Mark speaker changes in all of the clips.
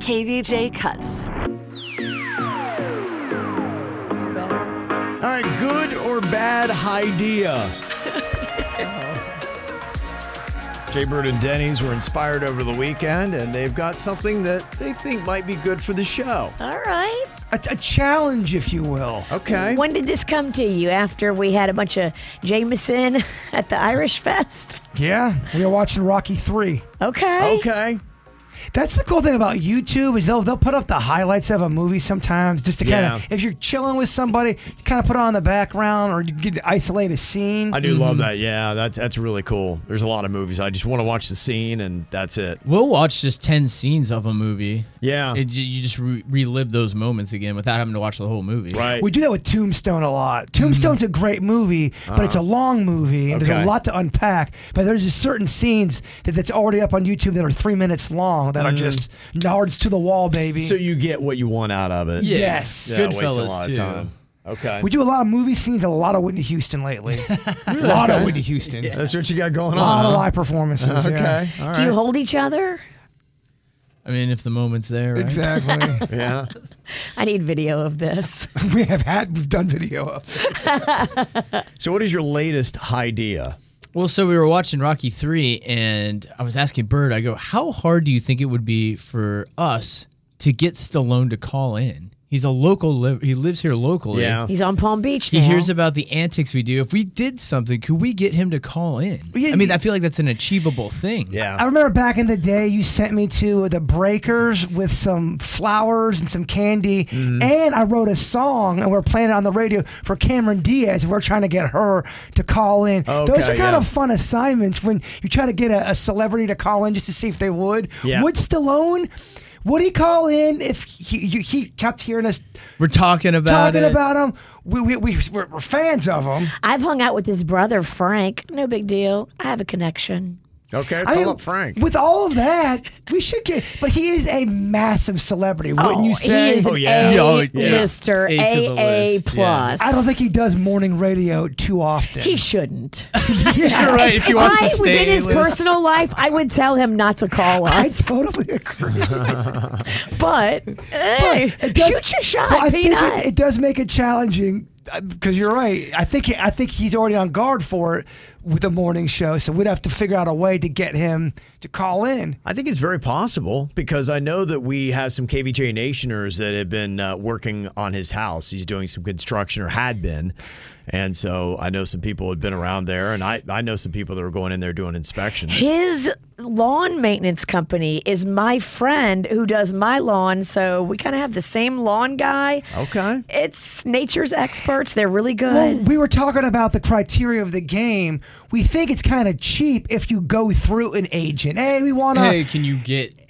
Speaker 1: KVJ cuts.
Speaker 2: All right, good or bad idea? Jay Bird and Denny's were inspired over the weekend, and they've got something that they think might be good for the show.
Speaker 3: All right.
Speaker 4: A, a challenge, if you will.
Speaker 2: Okay.
Speaker 3: When did this come to you? After we had a bunch of Jameson at the Irish Fest?
Speaker 4: Yeah. We are watching Rocky 3.
Speaker 3: Okay.
Speaker 2: Okay.
Speaker 4: That's the cool thing about YouTube is they'll they'll put up the highlights of a movie sometimes just to kind
Speaker 2: Yeah.
Speaker 4: of if you're chilling with somebody, you kind of put it on the background or you could isolate a scene.
Speaker 2: I do love that. Yeah, that's that's really cool. There's a lot of movies. I just want to watch the scene, and that's it.
Speaker 5: We'll watch just 10 scenes of a movie.
Speaker 2: Yeah.
Speaker 5: It, you you just re- relive those moments again without having to watch the whole movie.
Speaker 2: Right.
Speaker 4: We do that with Tombstone a lot. Tombstone's a great movie, but it's a long movie and
Speaker 2: Mm-hmm. Uh-huh. Okay.
Speaker 4: there's a lot to unpack. But there's just certain scenes that, that's already up on YouTube that are three minutes long that are just nards to the wall, baby.
Speaker 2: Mm. So you get what you want out of it.
Speaker 5: Yeah.
Speaker 4: Yes.
Speaker 2: Yeah, waste a
Speaker 5: Goodfellas,
Speaker 2: lot of
Speaker 5: too.
Speaker 2: time. Okay.
Speaker 4: we do a lot of movie scenes and a lot of Whitney Houston lately. a lot of Whitney Houston.
Speaker 2: that's what you got going
Speaker 4: A lot of
Speaker 2: on.
Speaker 4: live performances.
Speaker 2: huh?
Speaker 4: yeah.
Speaker 2: Uh-huh. Okay. All
Speaker 3: Do you
Speaker 2: right.
Speaker 3: hold each other?
Speaker 5: I mean, if the moment's there, right?
Speaker 4: Exactly.
Speaker 2: Yeah.
Speaker 3: I need video of this.
Speaker 4: we have had we've done video of.
Speaker 2: So what is your latest idea?
Speaker 5: Well, so we were watching Rocky 3 and I was asking Bird, I go, "How hard do you think it would be for us to get Stallone to call in? He's a local li- he lives here locally.
Speaker 2: Yeah.
Speaker 3: He's on Palm Beach
Speaker 5: He
Speaker 3: now.
Speaker 5: hears about the antics we do. If we did something, could we get him to call in?
Speaker 4: Yeah,
Speaker 5: I mean,
Speaker 4: you-
Speaker 5: I feel like that's an achievable thing.
Speaker 2: Yeah.
Speaker 4: I remember back in the day, you sent me to the Breakers with some flowers and some candy,
Speaker 2: Mm-hmm.
Speaker 4: and I wrote a song and we are playing it on the radio for Cameron Diaz. and we are trying to get her to call in. Those
Speaker 2: Okay,
Speaker 4: are kind
Speaker 2: yeah.
Speaker 4: of fun assignments when you try to get a, a celebrity to call in just to see if they would.
Speaker 2: Yeah.
Speaker 4: Would Stallone? Would he call in if he, you- he kept hearing us
Speaker 5: We're talking about
Speaker 4: talking
Speaker 5: it.
Speaker 4: about him? We, we, we, we're, we're fans of him.
Speaker 3: I've hung out with his brother, Frank. No big deal. I have a connection.
Speaker 2: Okay.
Speaker 4: I
Speaker 2: Call
Speaker 4: mean,
Speaker 2: up Frank.
Speaker 4: With all of that, we should get. But he is a massive celebrity, wouldn't
Speaker 3: Oh,
Speaker 4: you say?
Speaker 3: He is
Speaker 2: Oh,
Speaker 3: an
Speaker 2: yeah.
Speaker 5: Yeah, oh,
Speaker 3: A
Speaker 5: yeah.
Speaker 3: lister,
Speaker 5: A to the
Speaker 3: AA
Speaker 5: list, yeah.
Speaker 3: plus.
Speaker 4: I don't think he does morning radio too often.
Speaker 3: he shouldn't.
Speaker 5: You're right. If he
Speaker 3: if
Speaker 5: wants
Speaker 3: I
Speaker 5: to
Speaker 3: was
Speaker 5: stay
Speaker 3: in his
Speaker 5: with-
Speaker 3: personal life, I would tell him not to call
Speaker 4: I
Speaker 3: us.
Speaker 4: totally agree.
Speaker 3: but, hey,
Speaker 4: It does-
Speaker 3: shoot your shot,
Speaker 4: Well, I think
Speaker 3: Peanut.
Speaker 4: it, it does make it challenging because you're right. I think he, I think he's already on guard for it with the morning show, so we'd have to figure out a way to get him to call in.
Speaker 2: I think it's very possible because I know that we have some KVJ Nationers that have been uh, working on his house. He's doing some construction or had been. And so I know some people had been around there, and I, I know some people that were going in there doing inspections.
Speaker 3: His lawn maintenance company is my friend who does my lawn, so we kind of have the same lawn guy.
Speaker 2: Okay.
Speaker 3: It's nature's experts; they're really
Speaker 4: Well,
Speaker 3: good.
Speaker 4: we were talking about the criteria of the game. We think it's kind of cheap if you go through an agent. Hey, we want to.
Speaker 5: Hey, can you get?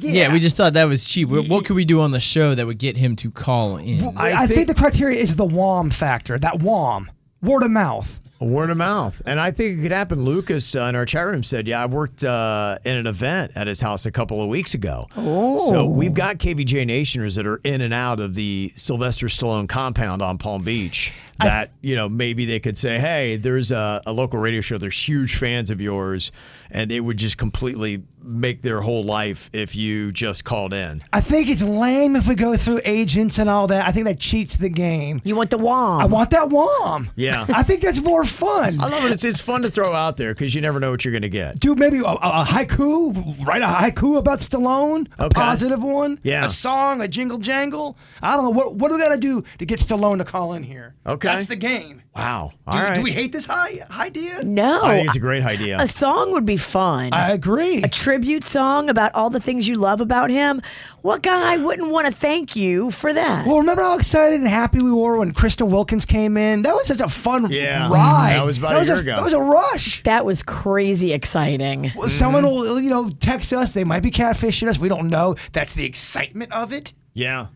Speaker 5: Yeah. we just thought that was cheap. What, what could we do on the show that would get him to call in?
Speaker 4: I, think, the criteria is the WOM factor. That WOM, word of mouth.
Speaker 2: Word of mouth. And I think it could happen. Lucas uh, in our chat room said, Yeah, I worked uh, in an event at his house a couple of weeks ago. Oh. So we've got KVJ Nationers that are in and out of the Sylvester Stallone compound on Palm Beach. that you know maybe they could say, "Hey, there's a, a local radio show. There's huge fans of yours," and it would just completely make their whole life if you just called in.
Speaker 4: I think it's lame if we go through agents and all that. I think that cheats the game.
Speaker 3: You want the wall.
Speaker 4: I want that WOM.
Speaker 2: Yeah.
Speaker 4: I think that's more fun.
Speaker 2: I love it. It's it's fun to throw out there because you never know what you're going to get.
Speaker 4: Do maybe a, a a haiku, write a haiku about Stallone, a
Speaker 2: Okay.
Speaker 4: positive one,
Speaker 2: Yeah.
Speaker 4: a song, a jingle jangle. I don't know. What, what do we got to do to get Stallone to call in here?
Speaker 2: Okay.
Speaker 4: That's the game.
Speaker 2: Wow.
Speaker 4: Do,
Speaker 2: All right.
Speaker 4: do we Oh, hate this high, idea?
Speaker 3: no.
Speaker 2: I think it's a great idea.
Speaker 3: a song would be fun.
Speaker 4: I agree.
Speaker 3: a tribute song about all the things you love about him. What guy wouldn't want to thank you for that?
Speaker 4: Well, remember how excited and happy we were when Crystal Wilkins came in? That was such a fun
Speaker 2: Yeah. Mm-hmm.
Speaker 4: ride.
Speaker 2: That was about a year ago. Mm-hmm.
Speaker 4: That was a rush.
Speaker 3: that was crazy exciting.
Speaker 4: Well, Someone will, you know, text us. They might be catfishing us. We don't know. That's the excitement of it.
Speaker 2: yeah.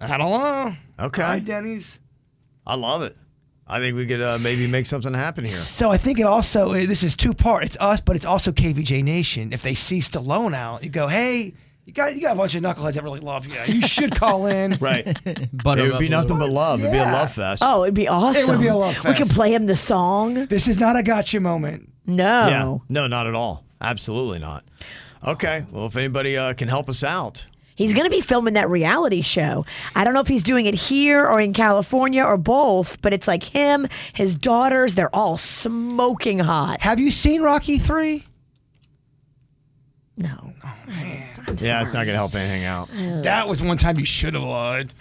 Speaker 4: I don't know.
Speaker 2: Okay.
Speaker 4: Hi, Denny's.
Speaker 2: I love it. I think we could uh, maybe make something happen here.
Speaker 4: So I think it also eh, this is two part. It's us, but it's also KVJ Nation. If they see Stallone out, you go, hey, you got you got a bunch of knuckleheads that really love you. You should call in.
Speaker 2: Right.
Speaker 5: Butter
Speaker 2: it
Speaker 5: up
Speaker 2: would be
Speaker 5: a little.
Speaker 2: nothing but love. It'd be a
Speaker 4: Yeah.
Speaker 2: love fest.
Speaker 3: Oh, it'd be awesome.
Speaker 4: be a love
Speaker 3: We could
Speaker 4: fest.
Speaker 3: play him the song.
Speaker 4: This is not a gotcha moment.
Speaker 3: No.
Speaker 2: yeah. No, not at all. Absolutely not. Okay. Well, if anybody uh, can help us out,
Speaker 3: He's going to be filming that reality show. I don't know if he's doing it here or in California or both, but it's like him, his daughters, they're all smoking hot.
Speaker 4: Have you seen Rocky Three?
Speaker 3: No.
Speaker 2: yeah, it's not going to help anything out.
Speaker 4: That was one time you should have lied.